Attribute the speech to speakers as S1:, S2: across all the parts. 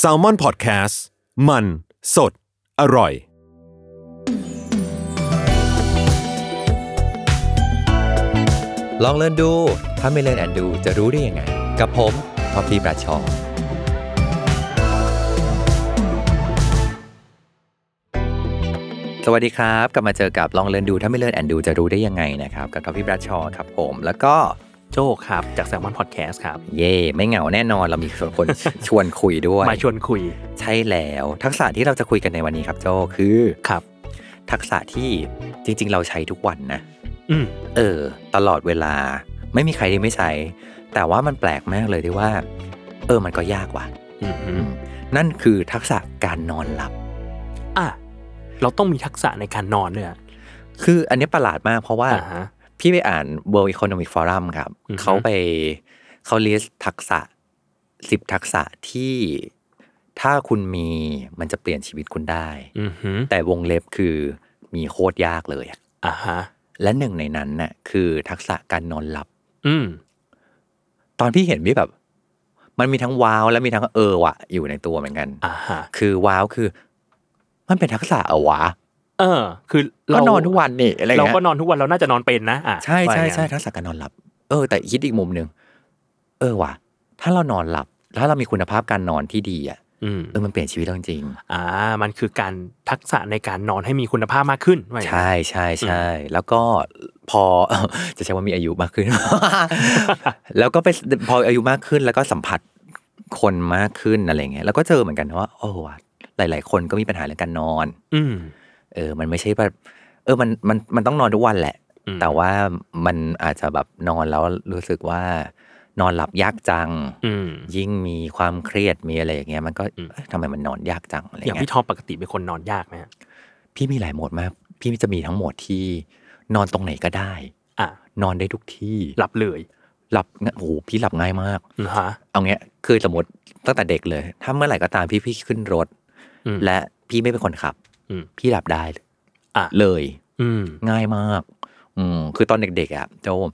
S1: s a l ม o n PODCAST มันสดอร่อย
S2: ลองเล่นดู ถ้าไม่เล่นแอนดูจะรู้ได้ยังไง กับผมท็อฟฟี่ประชอสวัสดีครับ กลับมาเจอกับลองเล่นดู ถ้าไม่เล่นแอนดูจะรู้ได้ยังไงนะครับ กับท็อฟฟี่ประชอครับผม แล้วก็
S3: โจครับจากแซมมอนพอดแคสต์ครับ
S2: เย่ไม่เหงาแน่นอนเรามีชวนคน ชวนคุยด้วย
S3: มาชวนคุย
S2: ใช่แล้วทักษะที่เราจะคุยกันในวันนี้ครับโจคือ
S3: ครับ
S2: ทักษะที่จริง ๆ เราใช้ทุกวันนะ
S3: อืม
S2: เออ ตลอดเวลา ไม่มีใครที่ไม่ใช้ แต่ว่ามันแปลกมากเลยที่ว่า เออมันก็ยากว่ะ
S3: อืมอื
S2: อื
S3: ม
S2: มนั่นคือทักษะการนอนหลับ
S3: อ่ะเราต้องมีทักษะในการนอนด้วยอะ
S2: คืออันนี้ประหลาดมากเพราะว่า
S3: อ่าฮะ
S2: พี่ไปอ่าน World Economic Forum ครับ
S3: อือฮึ
S2: เขาไปเขา list ทักษะสิบทักษะที่ถ้าคุณมีมันจะเปลี่ยนชีวิตคุณได้
S3: อืมฮึ
S2: แต่วงเล็บคือมีโคตรยากเลยอะ
S3: อ่าฮะ
S2: และหนึ่งในนั้นน่ะคือทักษะการนอนหลับ
S3: อืม
S2: ตอนพี่เห็นพี่แบบ มันมีทั้งว้าว และมีทั้งเออวะอยู่ในตัวเหมือนกัน
S3: อ่าฮะ
S2: คือว้าวคือ มันเป็นทักษะเหรอวะ
S3: เออ คือ
S2: ก็
S3: เรา
S2: นอนทุกวันนี่อะไร
S3: เรา
S2: เงี้ย
S3: ก็นอนทุกวันเราน่าจะนอนเป็นนะอ่ะ
S2: ใช่ใช่
S3: ว่าอย่าง
S2: ใช่
S3: นั้น
S2: ทักษะการนอนหลับ เออ แต่คิดอีกมุมหนึ่งเออวะถ้าเรานอนหลับ ถ้าเรามีคุณภาพการนอนที่ดีอ่ะ
S3: อืม
S2: เออมันเปลี่ยนชีวิตเราจริง
S3: อ่า มันคือการทักษะในการนอนให้มีคุณภาพมากขึ้นว่า
S2: ๆ
S3: อย่างนั้น
S2: ใช่ใช่ใช่แล้วก็พอ จะใช้ว่ามีอายุมากขึ้น แล้วก็ไปพออายุมากขึ้นแล้วก็สัมผัสคนมากขึ้นอะไรเงี้ยแล้วก็เจอเหมือนกันนะว่าโอ้วะหลาย ๆ คนก็มีปัญหาเรื่องการนอน
S3: อืม
S2: เออ มันไม่ใช่แบบ เออ มัน มัน มันต้องนอนทุกวันแหละ
S3: อืม
S2: แต่ว่ามันอาจจะแบบนอนแล้วรู้สึกว่า นอนหลับยากจัง
S3: อืม
S2: ยิ่งมีความเครียด มีอะไรอย่างเงี้ย มันก็
S3: อืม
S2: เอ๊ะทำไมมันนอนยากจังอะไร
S3: อย่าง
S2: เงี้
S3: พี่
S2: ย
S3: ทอปปกติเป็นคนนอนยากไหมฮะ
S2: พี่มีหลายโหมดมาก พี่จะมีทั้งโหมดที่ นอนตรงไหนก็ได้
S3: อ่ะ
S2: นอนได้ทุกที่
S3: หลับเลย
S2: หลับง่ายโอ้โห พี่หลับง่ายมาก
S3: นะฮะ
S2: เอาเงี้ย คือสมมติตั้งแต่เด็กเลย ถ้าเมื่อไหร่ก็ตามพี่พี่ขึ้นรถ
S3: อืม
S2: และพี่ไม่เป็นคนขับ
S3: อืม
S2: พี่หลับได้
S3: อ่ะ
S2: เลย
S3: อืม
S2: ง่ายมาก อืม คือตอนเด็กๆอ่ะโจม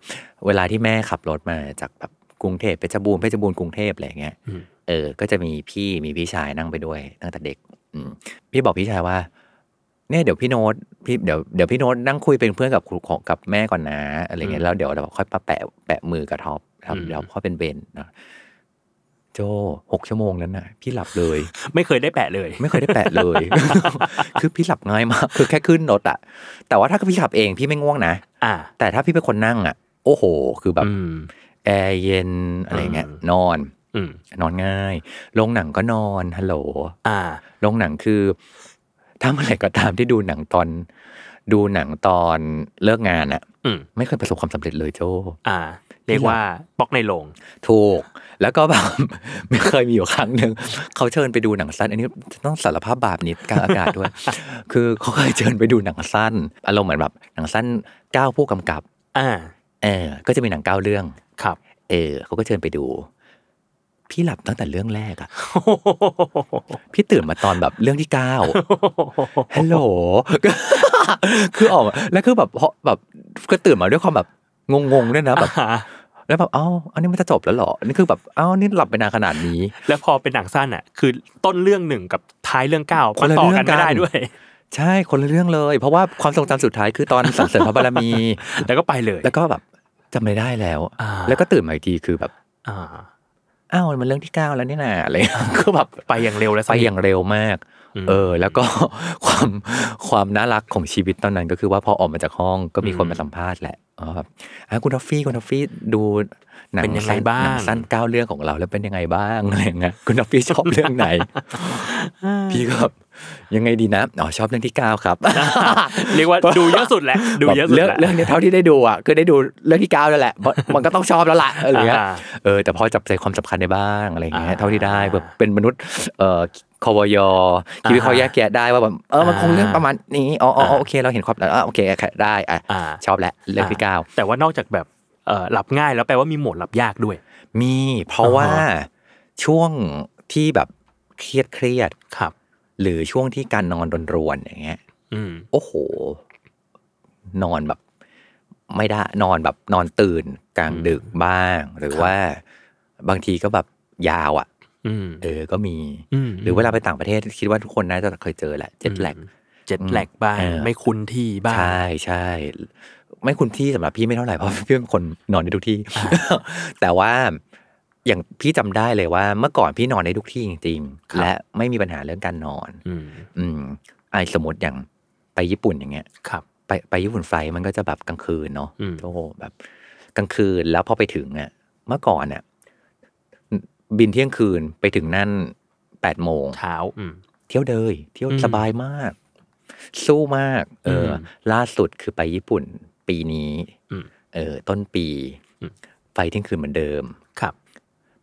S2: เวลาที่แม่ขับรถมาจากแบบกรุงเทพเพชรบูรณ์เพชรบูรณ์กรุงเทพอะไรอย่างเงี้ย
S3: อืม
S2: เออ ก็จะมีพี่มีพี่ชายนั่งไปด้วยตั้งแต่เด็ก อืม พี่บอกพี่ชายว่า เนี่ยเดี๋ยวพี่โน้ตพี่เดี๋ยวเดี๋ยวพี่โน้ตนั่งคุยเป็นเพื่อนกับครูของกับแม่ก่อนนะอะไรเงี้ย
S3: อืม
S2: แล้วเดี๋ยวเราค่อยปะแปะแปะมือกับท็อปครับ
S3: อืม
S2: เดี๋ยวพ่อเป็นเบนนะโจหกชั่วโมงนั้นน่ะ พี่หลับเลย
S3: ไม่เคยได้แปะเลย
S2: ไม่เคยได้แปะเลย คือพี่หลับง่ายมาก คือแค่ขึ้นรถอะแต่ว่าถ้าพี่ขับเองพี่ไม่ง่วงนะ
S3: อ่ะ
S2: แต่ถ้าพี่เป็นคนนั่งอ่ะ โอ้โห คือแบบ
S3: อืม
S2: แอร์เย็นอะไรเงี้ย
S3: อืม
S2: นอน
S3: อืม
S2: นอนง่ายโรงหนังก็นอนฮัลโหล
S3: อ่า
S2: โรงหนังคือถ้าเมื่อไหร่ก็ตามที่ดูหนังตอน ดูหนังตอนเลิกงานอ่ะ
S3: อืม
S2: ไม่เคยประสบความสำเร็จเลยโจ
S3: อ่า เรียกว่าบล็อกในโรง
S2: ถูก แล้วก็แบบ ไม่เคยมีอยู่ครั้งหนึ่งเขาเชิญไปดูหนังสั้น อันนี้ต้องสารภาพบาปนิดกลางอากาศด้วย คือเขาเคยเชิญไปดูหนังสั้นอารมณ์เหมือนแบบหนังสั้นเก้าผู้กำกับ
S3: อ่า
S2: เออ ก็จะมีหนังเก้าเรื่อง
S3: ครับ
S2: เออเขาก็เชิญไปดู พี่หลับตั้งแต่เรื่องแรกอะพี่ตื่นมาตอนแบบเรื่องที่เก้า ฮัลโหล คือออกมาแล้วคือแบบเพราะแบบก็ตื่นมาด้วยความแบบงงๆด้วยนะแบบ
S3: อ่า
S2: แล้วแบบเอ้าอันนี้มันจะจบแล้วเหรอนี่คือแบบเอ้านี่หลับไปนานขนาดนี้
S3: แล้วพอเป็นหนังสั้นอ่ะ คือต้นเรื่องหนึ่งกับท้ายเรื่องเก้า
S2: ค
S3: มัน
S2: นละ
S3: ต่อ
S2: เรื่
S3: กั
S2: อน งกัน
S3: ไม่ได้ด้วย
S2: ใช่คนละเรื่องเลย เพราะว่าความทรงจำสุดท้ายคือตอนสรรเสริญพระบาร มี
S3: แล้วก็ไปเลย
S2: แล้วก็แบบจำไม่ได้แล้ว
S3: อ่า
S2: แล้วก็ตื่นมาอีกทีคือแบบ
S3: อ่า
S2: อ้าวมันเรื่องที่เก้าแล้วนี่นาอะไรอย่างเงี้ ยคือแบบ
S3: ไปอย่างเร็วและส
S2: ไป
S3: นิท
S2: อย่างเร็วมาก
S3: ม
S2: เออ แล้วก็ ความความน่ารักของชีวิตตอนนั้นก็คือว่าพอออกมาจากห้องก็มีคน
S3: อืม
S2: มาสัมภาษณ์แหละอ๋อแบบอ่ะคุณท็อฟฟี่คุณท็อฟฟี่ดูหนัง
S3: เป็นยังไง
S2: สั้น
S3: บ้า
S2: ห
S3: ง
S2: นังสั้นเก้าเรื่องของเราแล้วเป็นยังไงบ้างอะไรอย่างเงี้ยคุณท็อฟฟี่ชอบเรื่องไหน พี่ก็แบบยังไงดีนะอ๋อชอบเรื่องที่เก้าครับ
S3: เรียกว่าดูเยอะสุดแหละ ดูเยอะสุด
S2: แบบ
S3: แหละ
S2: เรื่องเรื่องเนี้ยเท่าที่ได้ดูอ่ะคือได้ดูเรื่องที่เก้าแล้วแหละเพราะ มันก็ต้องชอบแล้วล่ะอะไรอย่างเงี้ย
S3: า
S2: เออแต่พอจับใจความสำคัญได้บ้างอะไรอย่างเงี้ย
S3: อ่า
S2: เท่าที่ได้แบบเป็นมนุษย์เอ่อคอวยอคิดวิเคราะห์แยกแยะได้ว่าแบบเออมันคงเรื่องประมาณนี้อ๋ออ๋ออ๋อโอเคเราเห็นความอ่ะโอเคได้อ่ะ
S3: อ่า
S2: ชอบแล้วเรื่องที่เก้า
S3: แต่ว่านอกจากแบบเอ่อหลับง่ายแล้วแปลว่ามีโหมดหลับยากด้วย
S2: มีเพราะว่าช่วงที่แบบเครียดเครียด
S3: ครับ
S2: ๆหรือช่วงที่การนอนรวนๆอย่างเงี้ย
S3: อืม
S2: โอ้โห นอนแบบ ไม่ได้นอนแบบนอนตื่นกลางดึกบ้าง หรือว่าบางทีก็แบบยาวอ่ะ
S3: อืม
S2: เออก็มี
S3: ม
S2: หรือเวลาไปต่างประเทศคิดว่าทุกคนน่าจะเคยเจอแหละเจ็ตแลก
S3: เจ็ดแหลกบ้าง
S2: เออ
S3: ไม่คุ้นที่บ้าง
S2: ใช่ใช่ ไม่คุ้นที่สำหรับพี่ไม่เท่าไหร่เพราะ พี่เป็นคนนอนได้ทุก ที่ แต่ว่าอย่างพี่จำได้เลยว่า เมื่อก่อนพี่นอนได้ทุกที่จริง
S3: ครั
S2: ๆ
S3: บ
S2: และไม่มีปัญหาเรื่องการนอน
S3: อืม
S2: อืมไอะสมมติอย่างไปญี่ปุ่นอย่างเงี้ย
S3: ครับ
S2: ไปไปญี่ปุ่นไฟล์มันก็จะแบบกลางคืนเนาะ
S3: อืม
S2: โอ้โหแบบกลางคืนแล้วพอไปถึงอ่ะเมื่อก่อนอ่ะบินเที่ยงคืนไปถึงนั่นแปดโมง
S3: เช้าอืม
S2: เที่ยวเลยเที่ยว
S3: อืม
S2: สบายมาก สู้มาก เอออ
S3: ม
S2: ล่าสุดคือไปญี่ปุ่น ปีนี้
S3: อืม
S2: เออ ต้นปี
S3: อืม
S2: ไปเที่ยงคืนเหมือนเดิม
S3: ครับ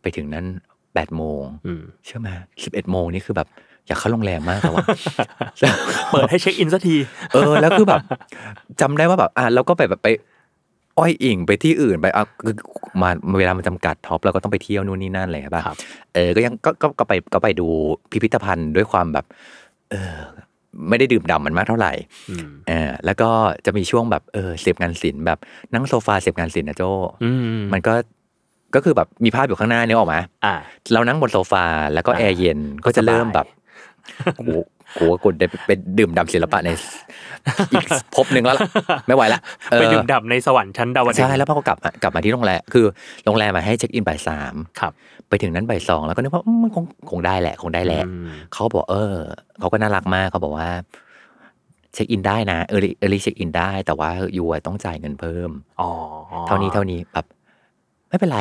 S2: ไปถึงนั้นแปดโมง
S3: อืม
S2: เชื่อไหมสิบเอ็ดโมงนี่คือแบบ อยากเข้าโรงแรมมาก แล้วอะ
S3: เปิดให้เช็คอินสักที
S2: เออ แล้วคือแบบจำได้ว่าแบบ อ่ะเราก็ไปแบบไป อ้อยอิงไปที่อื่นไปอ่ะคือมาเวลามันจำกัดท็อปเราก็ต้องไปเที่ยวนู่นนี่นั่นอะไรอย่างเงี้ยป่ะ
S3: ครับ
S2: เออ ก็ยังก็ก็ก็ไปก็ไปดูพิพิธภัณฑ์ด้วยความแบบ เออ ไม่ได้ดื่มด่ำมันมากเท่าไหร่
S3: อืม
S2: เออแล้วก็จะมีช่วงแบบเออเสพงานศิลป์แบบนั่งโซฟาเสพงานศิลป์นะโจ
S3: อืม
S2: มันก็ก็คือแบบมีภาพอยู่ข้างหน้าเนี่ยออกมา
S3: อ่า
S2: เรานั่งบนโซฟาแล้วก็
S3: อ่า
S2: แอร์เย็นก็จะเริ่มแบบ โอ้โหโอ้โหกูได้ไปดื่มดำศิลปะใน อีกภพหนึ่งแล้วล่ะ ไม่ไหวละเออ
S3: ไปดื่มด่ำในสวรรค์ชั้นดาวดึง
S2: ใช่แล้วพอก็กลับมากลับมาที่โรงแรมคือโรงแรมมาให้เช็คอินบ่ายสาม
S3: ครับ
S2: ไปถึงนั้นบ่ายสองแล้วก็นึกว่าอืมมันคงคงได้แหละคงได้แหละ
S3: อืม
S2: เขาบอกเออเขาก็น่ารักมากเขาบอกว่า เช็คอินได้นะเออเออเช็คอินได้ แต่ว่ายูอะต้องจ่ายเงินเพิ่ม
S3: อ๋อ
S2: เท่านี้เท่านี้แบบไม่เป็นไร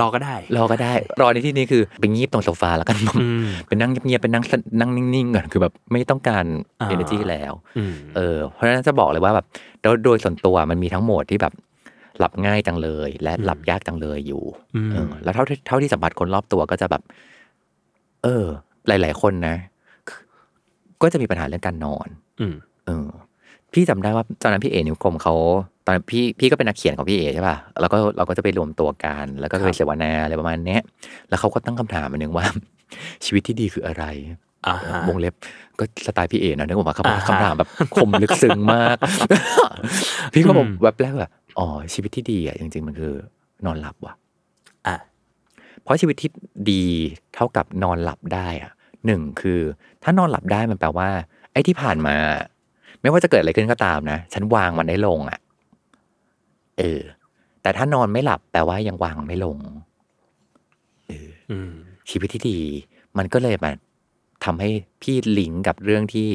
S3: รอก็ได้
S2: รอก็ได้ รอในที่นี้คือไปงีบตรงโซฟาแล้วกัน
S3: อืม
S2: เป็นนั่งเงียบๆเป็นนั่งนั่งนิ่งๆก่อนคือแบบไม่ต้องการ
S3: อ่า
S2: energy แล้ว
S3: อืม
S2: เออเพราะฉะนั้นจะบอกเลยว่าแบบโดยโดยส่วนตัวมันมีทั้งโหมดที่แบบหลับง่ายจังเลย และหลับยากจังเลยอยู่
S3: อืม
S2: เออแล้วเท่าที่เท่าที่สัมผัสคนรอบตัวก็จะแบบ เออ หลาย ๆ คนนะ ก็จะมีปัญหาเรื่องการนอน
S3: อืม
S2: เออ พี่จำได้ว่าตอนนั้นพี่เอนิ้วกลมเขาตอนนนพี่พี่ก็เป็นนักเขียนของพี่เอใช่ป่ะแล้วก็เราก็จะไปรวมตัวกัน แล้วก็
S3: ค
S2: ไป
S3: รับ
S2: เสวนาอะไรประมาณเนี้ยแล้วเขาก็ตั้งคำถามมาหนึ่งว่า ชีวิตที่ดีคืออะไร
S3: อ่าฮะ
S2: วงเล็บก็สไตล์พี่เอนะนึกออกมาคำ
S3: อ่าฮะ
S2: คำถามแบบคมลึกซึ้งมาก พี่ก็บอก
S3: อืม
S2: แวบแรกแบบอ๋อชีวิตที่ดีอ่ะจริง ๆ มันคือนอนหลับว่ะ
S3: อ่ะ
S2: เพราะชีวิตที่ดีเท่ากับนอนหลับได้อ่ะหนึ่งคือ ถ้านอนหลับได้มันแปลว่า ไอ้ที่ผ่านมา ไม่ว่าจะเกิดอะไรขึ้นก็ตามนะฉันวางมันได้ลงอ่ะเออ แต่ถ้านอนไม่หลับแปลว่ายังวางไม่ลง
S3: อืม
S2: ชีวิตที่ดี มันก็เลยมาทำให้พี่ลิงก์กับเรื่องที่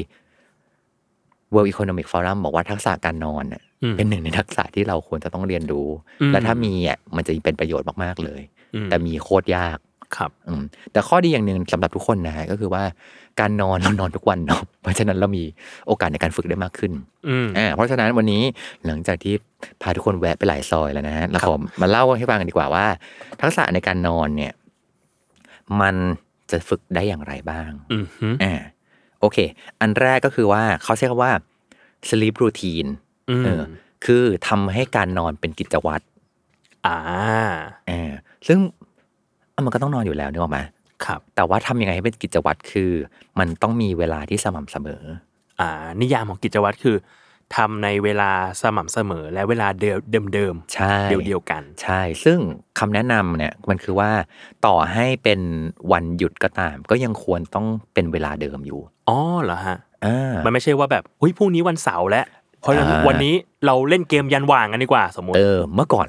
S2: World Economic Forum บอกว่าทักษะการนอนน่ะ
S3: อืม
S2: เป็นหนึ่งในทักษะที่เราควรจะต้องเรียนรู้
S3: อืม
S2: และถ้ามีอ่ะมันจะเป็นประโยชน์มาก ๆ เลย
S3: อืม
S2: แต่มีโคตรยาก
S3: ครับ
S2: อืมแต่ข้อดีอย่างหนึ่งสำหรับทุกคนนะฮะก็คือว่าการน อนเรานอนทุกวันเนาะเพราะฉะนั้นเรามีโอกาสในการฝึกได้มากขึ้น
S3: อืม
S2: อ่าเพราะฉะนั้นวันนี้หลังจากที่พาทุกคนแวะไปหลายซอยแล้วนะฮะเราขอมาเล่าให้ฟังกันดีกว่าว่า ทักษะในการนอนเนี่ย มันจะฝึกได้อย่างไรบ้าง
S3: อืมฮึ
S2: อ่าโอเค อันแรกก็คือว่าเขาใช้คำว่า sleep routine
S3: อื
S2: เอ
S3: ม
S2: อ คือทำให้การนอนเป็นกิจวัตร
S3: อ่า
S2: อ่าซึ่งอ่ะมันก็ต้องนอนอยู่แล้วนึกออกไหม
S3: ครับ
S2: แต่ว่าทำยังไงให้เป็นกิจวัตรคือ มันต้องมีเวลาที่สม่ำเสมอ
S3: อ่า นิยามของกิจวัตรคือทำในเวลาสม่ำเสมอและเวลาเดิมเดิม
S2: ใช่
S3: ๆเดียวเดียวๆกัน
S2: ใช่ ซึ่งคำแนะนำเนี่ยมันคือว่าต่อให้เป็นวันหยุดก็ตาม ก็ยังควรต้องเป็นเวลาเดิมอยู่
S3: อ๋อเหรอฮะ
S2: อ่า
S3: มันไม่ใช่ว่าแบบอุ้ยพรุ่งนี้วันเสาร์แล้วเพราะฉะนั้น
S2: อ่า
S3: วันนี้เราเล่นเกมยันว่างกันดีกว่าสมมติ
S2: เออ เมื่อก่อน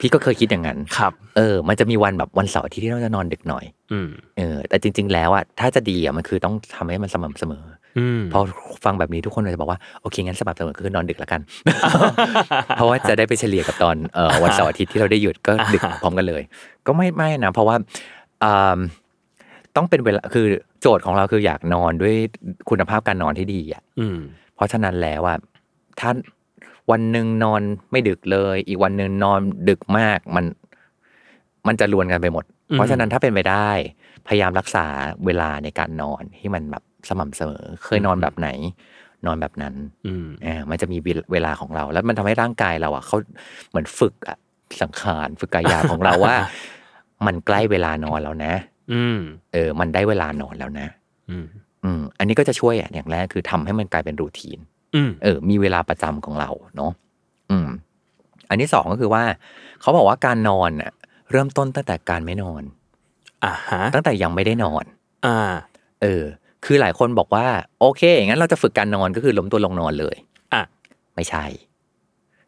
S2: พี่ก็เคยคิดอย่างนั้น
S3: ครับ
S2: เออ มันจะมีวันแบบวันเสาร์อาที่ที่เราจะนอนดึกหน่อย
S3: อืม
S2: เออ แต่จริง ๆ แล้วอ่ะถ้าจะดีอ่ะมันคือต้องทำให้มันสม่ำเสมอ
S3: อืม
S2: พอฟังแบบนี้ทุกคนจะบอกว่าโอเคงั้นสม่ำเสมอคือนอนดึกแล้วกัน เพราะว่าจะได้ไปเฉลี่ยกับตอนเอ่ อวันเสาร์อาทิตย์ที่เราได้หยุดก็ดึกพร้อมกันเลย ก็ไม่ไม่นะ เพราะว่าอ่าต้องเป็นเวลาคือโจทย์ของเราคืออยากนอนด้วยคุณภาพการนอนที่ดีอ่ะ
S3: อืม
S2: เพราะฉะนั้นแล้วอ่ะถ้าวันหนึ่งนอนไม่ดึกเลย อีกวันหนึ่งนอนดึกมากมัน มันจะรวนกันไปหมด
S3: อืม
S2: เพราะฉะนั้นถ้าเป็นไปได้ พยายามรักษาเวลาในการนอนให้มันแบบสม่ำเสมอ เคยนอนแบบไหน นอนแบบนั้น
S3: อืม
S2: อ่ามันจะมีเวลาของเรา แล้วมันทำให้ร่างกายเราอ่ะเขาเหมือนฝึกอะสังขารฝึกกายาของเราว่า มันใกล้เวลานอนแล้วนะ
S3: อืม
S2: เออ มันได้เวลานอนแล้วนะ
S3: อืม
S2: อืม อันนี้ก็จะช่วยอ่ะอย่างแรกคือทำให้มันกลายเป็นรูทีน
S3: อืม
S2: เออ มีเวลาประจำของเราเนาะอืม อันที่สองก็คือว่า เขาบอกว่าการนอนอ่ะ เริ่มต้นตั้งแต่การไม่นอน
S3: อ่าฮะ
S2: ตั้งแต่ยังไม่ได้นอน
S3: อ่า
S2: เออ คือหลายคนบอกว่า โอเคงั้นเราจะฝึกการนอนก็คือล้มตัวลงนอนเลย
S3: อ่ะ
S2: ไม่ใช่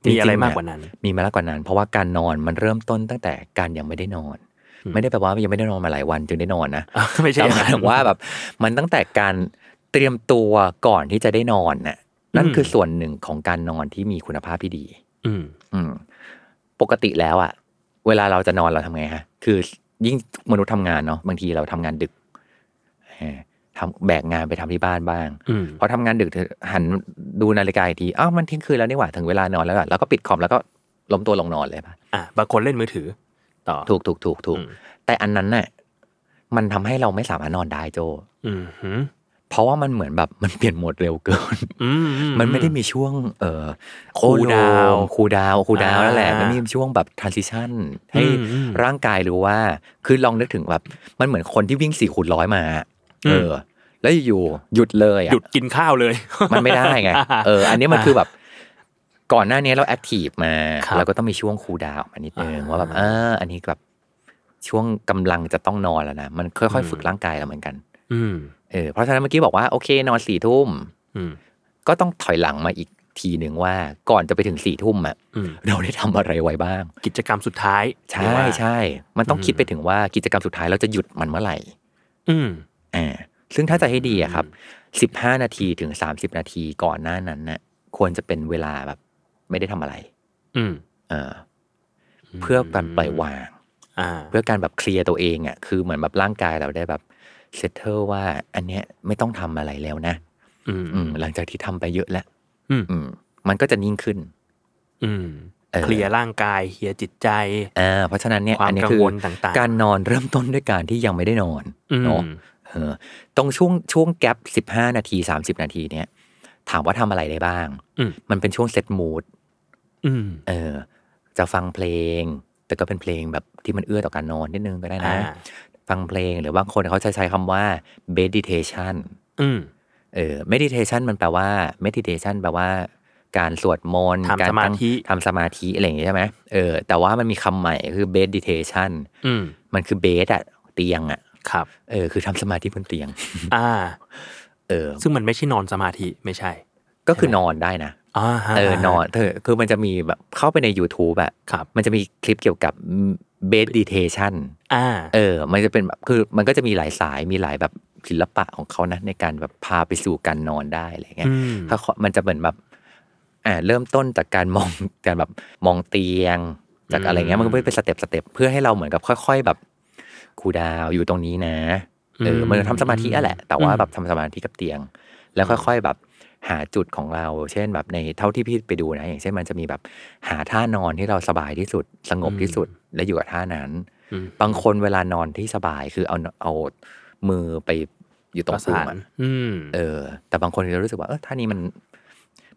S3: มีอะไร
S2: จงๆ
S3: มากกว่านั้น
S2: มีมากกว่านั้น เพราะว่าการนอนมันเริ่มต้นตั้งแต่การยังไม่ได้นอน
S3: อืม
S2: ไม่ได้แปลว่ายังไม่ได้นอนมาหลายวันจึง ได้นอนนะ
S3: อ่ะไม่ใช่
S2: แต่หมายถึงว่า
S3: อย่งนั้น
S2: แบบมันตั้งแต่การเตรียมตัวก่อนที่จะได้นอนน่ะนั่น
S3: อืม
S2: คือส่วนหนึ่งของการนอนที่มีคุณภาพที่ดี
S3: อืม
S2: อืม ปกติแล้วอะเวลาเราจะนอนเราทำไงฮะ คือยิ่งมนุษย์ทำงานเนาะบางทีเราทำงานดึกเออทำแบกงานไปทำที่บ้านบ้าง
S3: อืม
S2: พอทำงานดึกเธอหันดูนาฬิกาอีกทีอ้าวมันเที่ยงคืนแล้วนี่หว่าถึงเวลานอนแล้วอะแล้วก็ปิดคอมแล้วก็ล้มตัวลงนอนเลยปะ
S3: อ่ะบางคนเล่นมือถือ ต่อ
S2: ถูกถูกถูกถูก
S3: อืม
S2: แต่อันนั้นน่ะมันทำให้เราไม่สามารถนอนได้โจ
S3: อืมหืม
S2: เพราะว่ามันเหมือนแบบ มันเปลี่ยนโหมดเร็วเกิน
S3: อืม
S2: มันไม่ได้มีช่วง เอ่อ
S3: Cool down
S2: คูดาวคูดาว
S3: อ่า
S2: นั่นแหละมันไมมีช่วงแบบ transition ให้
S3: อืมอืม
S2: ร่างกายรู้ว่า คือลองนึกถึงแบบ มันเหมือนคนที่วิ่งสี่คูณร้อยมา
S3: อืม
S2: เออ แล้วอยู่ๆหยุดเลยอะ
S3: หยุด กินข้าวเลย
S2: มันไม่ได้ไง เออ อันนี้มัน
S3: อ่า
S2: คือแบบ ก่อนหน้านี้เราแอคทีฟมา
S3: ครับ
S2: เราก็ต้องมีช่วงคูดาวมานิดนึง
S3: อ่า
S2: ว่าแบบเอออันนี้แบบช่วงกำลังจะต้องนอนแล้วนะมันค่อย
S3: อืม
S2: ๆฝึกร่างกายเราเหมือนกัน
S3: อืม
S2: เออเพราะฉะนั้นเมื่อกี้บอกว่าโอเคนอนสี่ทุ่ม
S3: อืม
S2: ก็ต้องถอยหลังมาอีกทีหนึ่งว่าก่อนจะไปถึงสี่ทุ่มอะ
S3: อืม
S2: เราได้ทำอะไรไว้บ้าง
S3: กิจกรรมสุดท้าย
S2: ใช่
S3: หรือว่า
S2: ใช่ มันต้อง
S3: อืม
S2: คิดไปถึงว่ากิจกรรมสุดท้ายเราจะหยุดมันเมื่อไหร่
S3: อืม
S2: อ่าซึ่งถ้าจะให้ดีอะครับสิบห้านาทีถึงสามสิบนาทีก่อนหน้านั้นน่ะควรจะเป็นเวลาแบบ ไม่ได้ทำอะไร
S3: อืม
S2: เออเพื่อการปล่อยวาง
S3: อ่า
S2: เพื่อการแบบเคลียร์ตัวเองอะคือเหมือนแบบร่างกายเราได้แบบเซตเทิลว่า อันเนี้ยไม่ต้องทำอะไรแล้วนะ
S3: อืม
S2: อืม หลังจากที่ทำไปเยอะแล้ว
S3: อืม
S2: อืม มันก็จะนิ่งขึ้น
S3: อืม
S2: เออ
S3: เคลียร์ร่างกายเคลียร์จิตใจ
S2: อ่าเพราะฉะนั้นเนี่ย
S3: ความ
S2: อันนี้
S3: กัง
S2: คือ
S3: วลต่างๆ
S2: การนอนเริ่มต้นด้วยการที่ยังไม่ได้นอน
S3: อืม
S2: เนาะเออตรงช่วงช่วงแกลบสิบห้านาทีสามสิบนาทีเนี่ย ถามว่าทำอะไรได้บ้าง
S3: อืม
S2: มันเป็นช่วงเซตมูด
S3: อืม
S2: เออ จะฟังเพลง แต่ก็เป็นเพลงแบบที่มันเอื้อต่อการนอนนิดนึงก็ได้
S3: อ่า
S2: นะ ฟังเพลงหรือบางคนเขาจะใช้คำว่า meditation
S3: อืม
S2: เออ meditation มันแปลว่า meditation แปลว่า การสวดมนต์
S3: ทำ
S2: การ
S3: สมา
S2: ตั้ง
S3: ธิ
S2: ทำสมาธิอะไรอย่างงี้ใช่ไหมเออแต่ว่ามันมีคำใหม่คือ meditation
S3: อืม
S2: มันคือเบสอะเตียงอะ
S3: ครับ
S2: เออคือทำสมาธิบนเตียง
S3: อ่า
S2: เออ
S3: ซึ่งมันไม่ใช่นอนสมาธิไม่ใช่
S2: ก็คือนอนได้นะ
S3: อ่าฮะ
S2: เออนอนเธอคือมันจะมีแบบเข้าไปใน YouTube อะ
S3: ครับ
S2: มันจะมีคลิปเกี่ยวกับเบสดิเทชัน
S3: อ่า
S2: เออ มันจะเป็นแบบคือมันก็จะมีหลายสายมีหลายแบบศิลปะของเขานะในการแบบพาไปสู่การนอนได้อะไรเงี้ย
S3: อืม
S2: ถ้าเขามันจะเหมือนแบบอ่าเริ่มต้นจากการมอง การแบบมองเตียง จากอะไรเงี้ยมันก็เป็นสเต็ปสเต็ปเพื่อให้เราเหมือนกับค่อย ๆ แบบคูลดาวน์อยู่ตรงนี้นะ เออมันทำสมาธิอะแหละ แต่ว่าแบบทำสมาธิกับเตียง แล้วค่อยๆแบบหาจุดของเรา เช่นแบบในเท่าที่พี่ไปดูนะ อย่างเช่นมันจะมีแบบหาท่านอนที่เราสบายที่สุด สงบที่สุดและอยู่กับท่านั้น
S3: อืม
S2: บางคนเวลานอนที่สบายคือเอาเอามือไปอยู่ตร
S3: ป
S2: ง
S3: ระ
S2: ปุ่
S3: สาม น
S2: อะ
S3: อืม
S2: เออ แต่บางคนจะรู้สึกว่าเออท่านี้มัน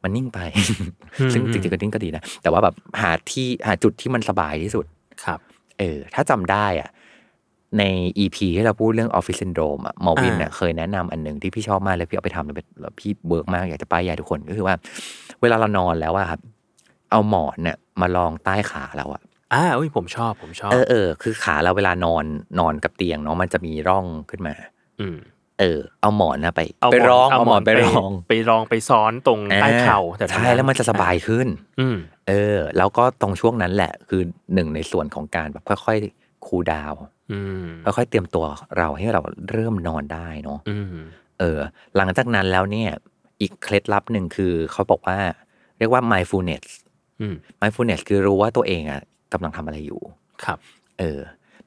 S2: มันนิ่งไป
S3: อืม
S2: ซึ่งจริงๆก็นิ่งก็ดีนะ แต่ว่าแบบหาที่หาจุดที่มันสบายที่สุด
S3: ครับ
S2: เออ ถ้าจำได้อะใน EP ที่เราพูดเรื่อง Office Syndrome อะหมอวิน
S3: อ่า
S2: เน่ะเคยแนะนำอันหนึ่งที่พี่ชอบมากเลยพี่เอาไปทำแล้วเป็นแล้วพี่เบิร์กมากอยากจะป้ายยาทุกคนก็คือว่า เวลาเรานอนแล้วอะครับ เอาหมอนเนี่ยมารองใต้ขาเราอะ
S3: อ่าอุ้ยผมชอบผมชอบ
S2: เออเออคือขาเราเวลานอนนอนกับเตียงเนาะมันจะมีร่องขึ้นมา
S3: อืม
S2: เออ เอาหมอนนะไป
S3: เา
S2: ไป
S3: หมน
S2: รอง
S3: เา
S2: เอา
S3: ห
S2: ห
S3: ม
S2: ม
S3: อ
S2: อน น
S3: ไป
S2: ไป
S3: ร
S2: ร
S3: อ
S2: อง ง
S3: ไปรองไปซ้อนตรงใต้เข่า
S2: อ่
S3: แต่
S2: ใช่แล้วมันจะสบายขึ้น
S3: อืม
S2: เออ แล้วก็ตรงช่วงนั้นแหละคือหนึ่งในส่วนของการแบบค่อยๆคูลดาว
S3: อืม
S2: ค่อยๆเตรียมตัวเราให้เราเริ่มนอนได้เนาะ
S3: อืม
S2: เออ หลังจากนั้นแล้วเนี่ย อีกเคล็ดลับหนึ่งคือเขาบอกว่า เรียกว่า mindfulness
S3: อืม
S2: mindfulness คือรู้ว่าตัวเองอะกำลังทำอะไรอยู่
S3: ครับ
S2: เออ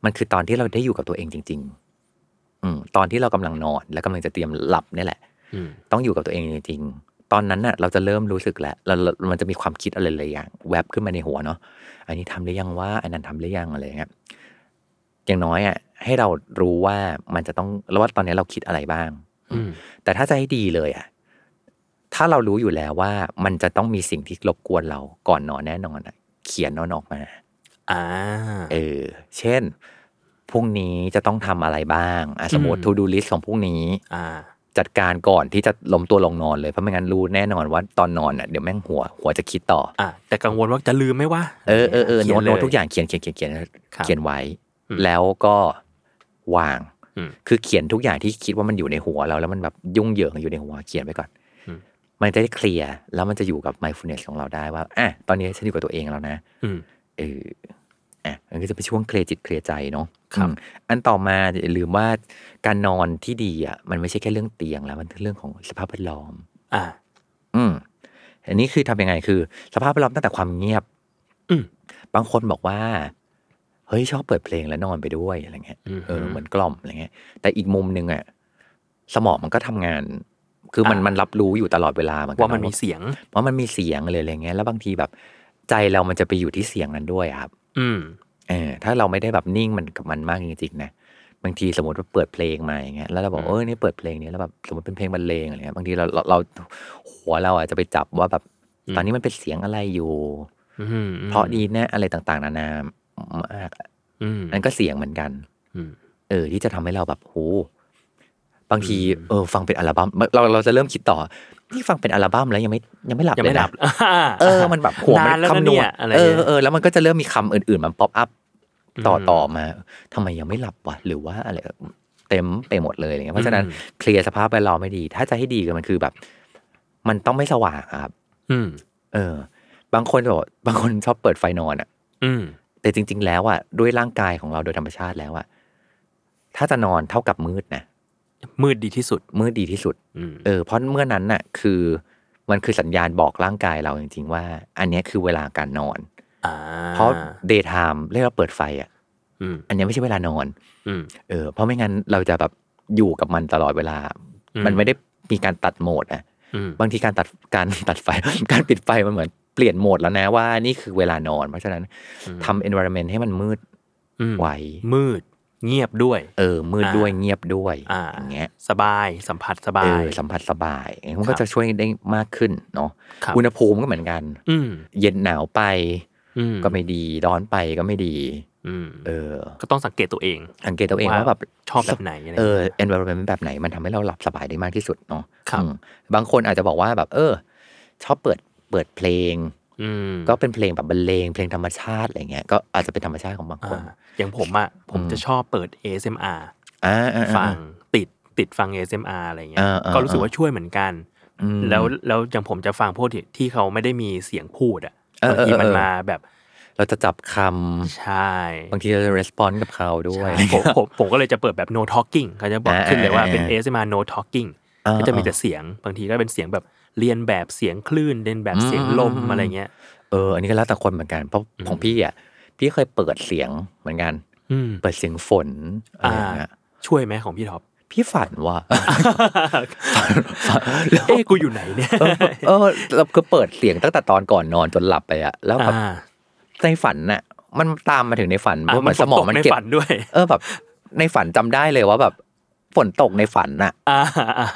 S2: มันคือตอนที่เราได้อยู่กับตัวเองจริง ๆ อืม ตอนที่เรากำลังนอนและกำลังจะเตรียมหลับเนี่ยแหละ
S3: อืม
S2: ต้องอยู่กับตัวเองจริง ๆ ตอนนั้นน่ะ เราจะเริ่มรู้สึกแล้วเราเรามันจะมีความคิดอะไรหลายอย่าง แวบขึ้นมาในหัวเนาะ อันนี้ทำหรือยังว่า อันนั้นทำหรือยังอะไรอย่างเงี้ย อย่างน้อยอ่ะ ให้เรารู้ว่ามันจะต้องแล้วว่าตอนนี้เราคิดอะไรบ้าง
S3: อืม
S2: แต่ถ้าจะให้ดีเลยอ่ะ ถ้าเรารู้อยู่แล้วว่ามันจะต้องมีสิ่งที่รบกวนเราก่อนนอนแน่นอนอะเขียนนอนออกมา
S3: อ่า
S2: เออ เช่น พรุ่งนี้จะต้องทำอะไรบ้างอะสมมติ
S3: อืม
S2: to do list ของพรุ่งนี้
S3: อ่า
S2: จัดการก่อนที่จะล้มตัวลงนอนเลยเพราะไม่งั้นรู้แน่นอนว่าตอนนอนอ่ะเดี๋ยวแม่งหัวหัวจะคิดต่อ
S3: อ่ะแต่กังวลว่าจะลืมไหมวะ
S2: เออเออเออ
S3: ขี
S2: โน้ต
S3: เล
S2: โน้ตทุกอย่างเขียนเขียนเขียนเขียน
S3: ครับ
S2: เขียนไว้
S3: อืม
S2: แล้วก็วาง
S3: อืม
S2: คือเขียนทุกอย่างที่คิดว่ามันอยู่ในหัวเรา แล้วมันแบบยุ่งเหยิงอยู่ในหัวเขียนไปก่อน
S3: อืม
S2: มันจะได้เคลียร์แล้วมันจะอยู่กับ mindfulness ของเราได้ว่าอ่ะตอนนี้ฉันอยู่กับตัวเองแล้วนะ
S3: อืม
S2: เอออ่ะมันก็จะเป็นช่วงเคลียร์จิตเคลียร์ใจเนาะ
S3: ครับ
S2: อืมอันต่อมาอย่าลืมว่าการนอนที่ดีอ่ะมันไม่ใช่แค่เรื่องเตียงแล้วมันคือเรื่องของสภาพแวดล้อม
S3: อ่ะ
S2: อืม อันนี้คือทำยังไงคือ สภาพแวดล้อมตั้งแต่ความเงียบ
S3: อืม
S2: บางคนบอกว่า เฮ้ยชอบเปิดเพลงแล้วนอนไปด้วยอะไรเงี้ย
S3: อืม
S2: เออเหมือนกล่อมอะไรเงี้ย แต่อีกมุมหนึ่งอ่ะสมองมันก็ทำงาน คือมัน
S3: อ่ะ
S2: มันรับรู้อยู่ตลอดเวลาเหมือนกั
S3: ว่ามันมี
S2: เอะ
S3: เสียง
S2: ว่ามันมีเสียงเลยอะไรเงี้ยแล้วบางทีแบบ ใจเรามันจะไปอยู่ที่เสียงนั้นด้วยอะครับ
S3: อืม
S2: เออถ้าเราไม่ได้แบบนิ่งมันกับมันมากจริงๆนะบางทีสมมติว่าเปิดเพลงมาอย่างเงี้ยแล้วเราบอก
S3: อืม
S2: เออนี่เปิดเพลงนี้แล้วแบบสมมติเป็นเพลงบรรเลงอะไรเงี้ยบางทีเราเราเราหัวเราอาจจะไปจับว่าแบบตอนนี้มันเป็นเสียงอะไรอยู่
S3: อืม
S2: เพราะดีนะอะไรต่างๆนานามาก
S3: อืม
S2: นั่นก็เสียงเหมือนกัน
S3: อืม
S2: เออ ที่จะทำให้เราแบบโหบางที
S3: อืม
S2: เออฟังเป็นอัลบั้มเราเราจะเริ่มคิดต่อนี่ฟังเป็นอัลบั้มแล้วยังไม่ยังไม่หลับ
S3: ยัง
S2: เล
S3: ไม่
S2: ย
S3: หลั
S2: นะ
S3: บอ่า
S2: เออมันแบบหัวมัน
S3: านแล้วะ
S2: คำนว
S3: เย
S2: ณ
S3: อะไร
S2: เออ
S3: งี้
S2: ย เออแล้วมันก็จะเริ่มมีคำอื่นๆมันป๊อปอัพ ต่อ
S3: ม
S2: ต่อมาทำไมยังไม่หลับวะหรือว่าอะไรเต็มไปหมดเลยอะไรเงี้ยเพราะฉะนั้น
S3: อืม
S2: เคลียร์สภาพแวดล้อมไม่ดี ถ้าจะให้ดีก็มันคือแบบ มันต้องไม่สว่างอะครับ
S3: อืม
S2: เออ บางคนบอกบางคนชอบเปิดไฟนอนอ่ะ
S3: อืม
S2: แต่จริง ๆ แล้วอ่ะด้วยร่างกายของเราโดยธรรมชาติแล้วอ่ะถ้าจะนอนเท่ากับมืดนะ
S3: มืดดีที่สุด
S2: มืดดีที่สุด
S3: อืม
S2: เออเพราะเมื่อนั้นน่ะ คือมันคือสัญญาณบอกร่างกายเราจริง ๆ ว่า อันเนี้ยคือเวลาการนอน
S3: อ่า
S2: เพราะเดย์ไทม์เรียกว่าเปิดไฟอ่ะ
S3: อืม
S2: อันเนี้ยไม่ใช่เวลานอน
S3: อืม
S2: เออเพราะไม่งั้นเราจะแบบอยู่กับมันตลอดเวลา
S3: อืม
S2: มันไม่ได้มีการตัดโหมดอะ
S3: อืม
S2: บางทีการตัดการ ตัดไฟ การปิดไฟมันเหมือนเปลี่ยนโหมดแล้วนะว่านี่คือเวลานอน เพราะฉะนั้นทำ environment ให้มันมืด
S3: อืม
S2: ไว
S3: มืด เงียบด้วย
S2: เออ มืด
S3: อ่า
S2: ด้วยเงียบด้วย
S3: อ่า
S2: อย่างเงี้ย
S3: สบายสัมผัสสบา
S2: เอย อสัมผัสสบายมัน
S3: ครั
S2: ก็
S3: บ
S2: จะช่วยได้มากขึ้นเนาะ
S3: ครับ
S2: อุณหภูมิก็เหมือนกัน
S3: อืม
S2: เย็นหนาวไป
S3: อืม
S2: ก็ไม่ดีร้อนไปก็ไม่ดี
S3: อืม
S2: เออ
S3: ก็ต้องสังเกตตัวเอง
S2: สังเกตตัวเองว่าแบบ
S3: ชอบแบบไหนอะไร
S2: เออ
S3: เงี้ย
S2: environment แบบไหนมันทำให้เราหลับสบายได้มากที่สุดเนาะ
S3: ครับ
S2: อืมบางคนอาจจะบอกว่าแบบ เออ ชอบเปิดเปิดเพลง
S3: อืม
S2: ก็เป็นเพลงแบบบรรเลงเพลงธรรมชาติอะไรเงี้ยก็อาจจะเป็นธรรมชาติของบางค
S3: อ่าน อย่างผมอ่ะผม
S2: อืม
S3: จะชอบเปิด ASMR
S2: อ่าอ่า
S3: ฟั
S2: อ่า
S3: งติดติดฟัง ASMR อะไรเงี้ย
S2: อ่าอ่า
S3: ก็รู้สึก
S2: อ่า
S3: ว่าช่วยเหมือนกัน
S2: อืม
S3: แล้วแล้วอย่างผมจะฟังพวกที่ที่เขาไม่ได้มีเสียงพูดอ่ะ
S2: เออบ
S3: างที
S2: เออเออ
S3: มันมาแบบ
S2: เราจะจับคำ
S3: ใช่
S2: บางทีเราจะ response กับเขาด้ว
S3: ใช่
S2: ย
S3: ผมผมผมก็เลยจะเปิดแบบ no talking เขาจะบอก
S2: อ่า
S3: ขึ้นเลยว่าเป็น
S2: อ่า
S3: ASMR no talking
S2: อ่า
S3: ก็จะมี
S2: อ่า
S3: แต่เสียง บางทีก็เป็นเสียงแบบเรียนแบบเสียงคลื่นเรียนแบบเสียงลม
S2: อืม
S3: อะไรเงี้ย
S2: เอออันนี้ก็แล้วแต่คนเหมือนกันเพราะ
S3: อืม
S2: ของพี่อ่ะพี่เคยเปิดเสียงเหมือนกัน
S3: อืม
S2: เปิดเสียงฝนอะไรอย่างเงี้ย
S3: ช่วยไหมของพี่ท็อป
S2: พี่ฝันว่า
S3: เอ้กูอยู่ไหนเนี่ย
S2: เออเออเราคือเปิดเสียงตั้งแต่ตอนก่อนนอนจนหลับไปอะแล้วแบบ
S3: อ่า
S2: ในฝันน่ะมันตามมาถึงในฝันเพ
S3: อ่ะ
S2: ราะเห
S3: มั
S2: มัน น
S3: ส
S2: ส
S3: ม
S2: ม
S3: อ
S2: อง ง
S3: มั
S2: มัน น
S3: ใน
S2: เก็บ
S3: ฝันด้วย
S2: เออแบบ ในฝันจำได้เลยว่าแบบฝนตกในฝันน่ะ
S3: อ่าอ่า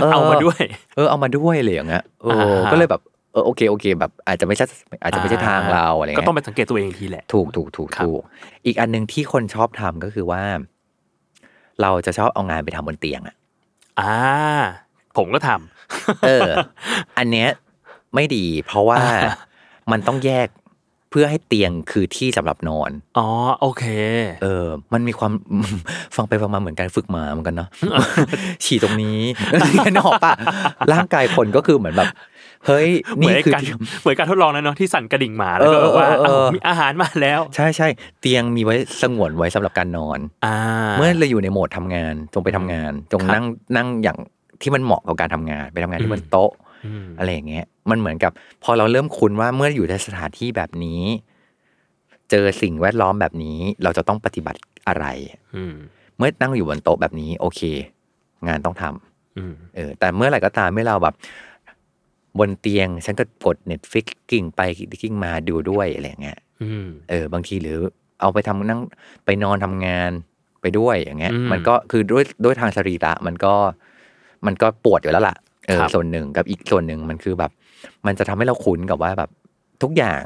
S2: เออ
S3: เอามาด้วย
S2: เออเอามาด้วยเลยอย่างเงี้ยเออ
S3: อ่า
S2: ก็เลยแบบเออโอเคโอเค แบบ อาจจะไม่ใช่อาจจะไม่ใช่ทางเราอะไร
S3: ก็
S2: เงี้
S3: ต้อง
S2: ย
S3: ไปสังเกตตัวเองอีกทีแหละ
S2: ถูกถูกถูก
S3: ครับ
S2: ถูกอีกอันหนึ่งที่คนชอบทำก็คือว่า เราจะชอบเอางานไปทำบนเตียงอ่ะ
S3: อ่า ผมก็ทำ
S2: เออ อันเนี้ยไม่ดี เพราะว่า
S3: อ่า
S2: มันต้องแยกเพื่อให้เตียงคือที่สำหรับนอน
S3: อ๋อ โอเค
S2: เออ มันมีความ ฟังไปฟังมาเหมือนการฝึกหมาเหมือนกันเนาะ ฉี่ตรงนี้ นกออกปะร่างกายคนก็คือเหมือนแบบ เฮ้ย
S3: เหมื
S2: นี่
S3: อน
S2: คือ
S3: การ
S2: ที่
S3: เหมือนการทดลองนะเนาะที่สั่นกระดิ่งหมาแล้ว
S2: เอ
S3: ก็
S2: อ
S3: แบบว่า
S2: เออเออ
S3: เอามีอาหารมาแล้ว
S2: ใช่ใช่เตียงมีไว้สงวนไว้สำหรับการนอน
S3: อ่า
S2: เมื่อเราอยู่ในโหมดทำงาน จงไปทำงาน จง
S3: ครับ
S2: นั่งนั่งอย่างที่มันเหมาะกับการทำงาน ไปทำงาน
S3: อื
S2: ที่
S3: ม
S2: บนโต๊ะ
S3: ม
S2: อะไรอย่างเงี้ย มันเหมือนกับ พอเราเริ่มคุ้นว่าเมื่ออยู่ในสถานที่แบบนี้ เจอสิ่งแวดล้อมแบบนี้ เราจะต้องปฏิบัติอะไร
S3: อืม
S2: เมื่อนั่งอยู่บนโต๊ะแบบนี้ โอเค งานต้องทำ
S3: อืม
S2: เออแต่เมื่อไหร่ก็ตามเมื่อเราแบบ บนเตียง ฉันก็กดเน็ตฟิกกิ่งไปกิ่งมาดูด้วยอะไรอย่างเงี้ย
S3: อืม
S2: เออบางทีหรือเอาไปทำนั่งไปนอนทำงานไปด้วยอย่างเงี้ย
S3: อืม
S2: มันก็คือด้วยด้วยทางสรีระมันก็ มันก็ปวดอยู่แล้วล่ะเออ
S3: ครับ
S2: ส่วนหนึ่งกับอีกส่วนหนึ่งมันคือแบบ มันจะทำให้เราคุ้นกับว่าแบบ ทุกอย่าง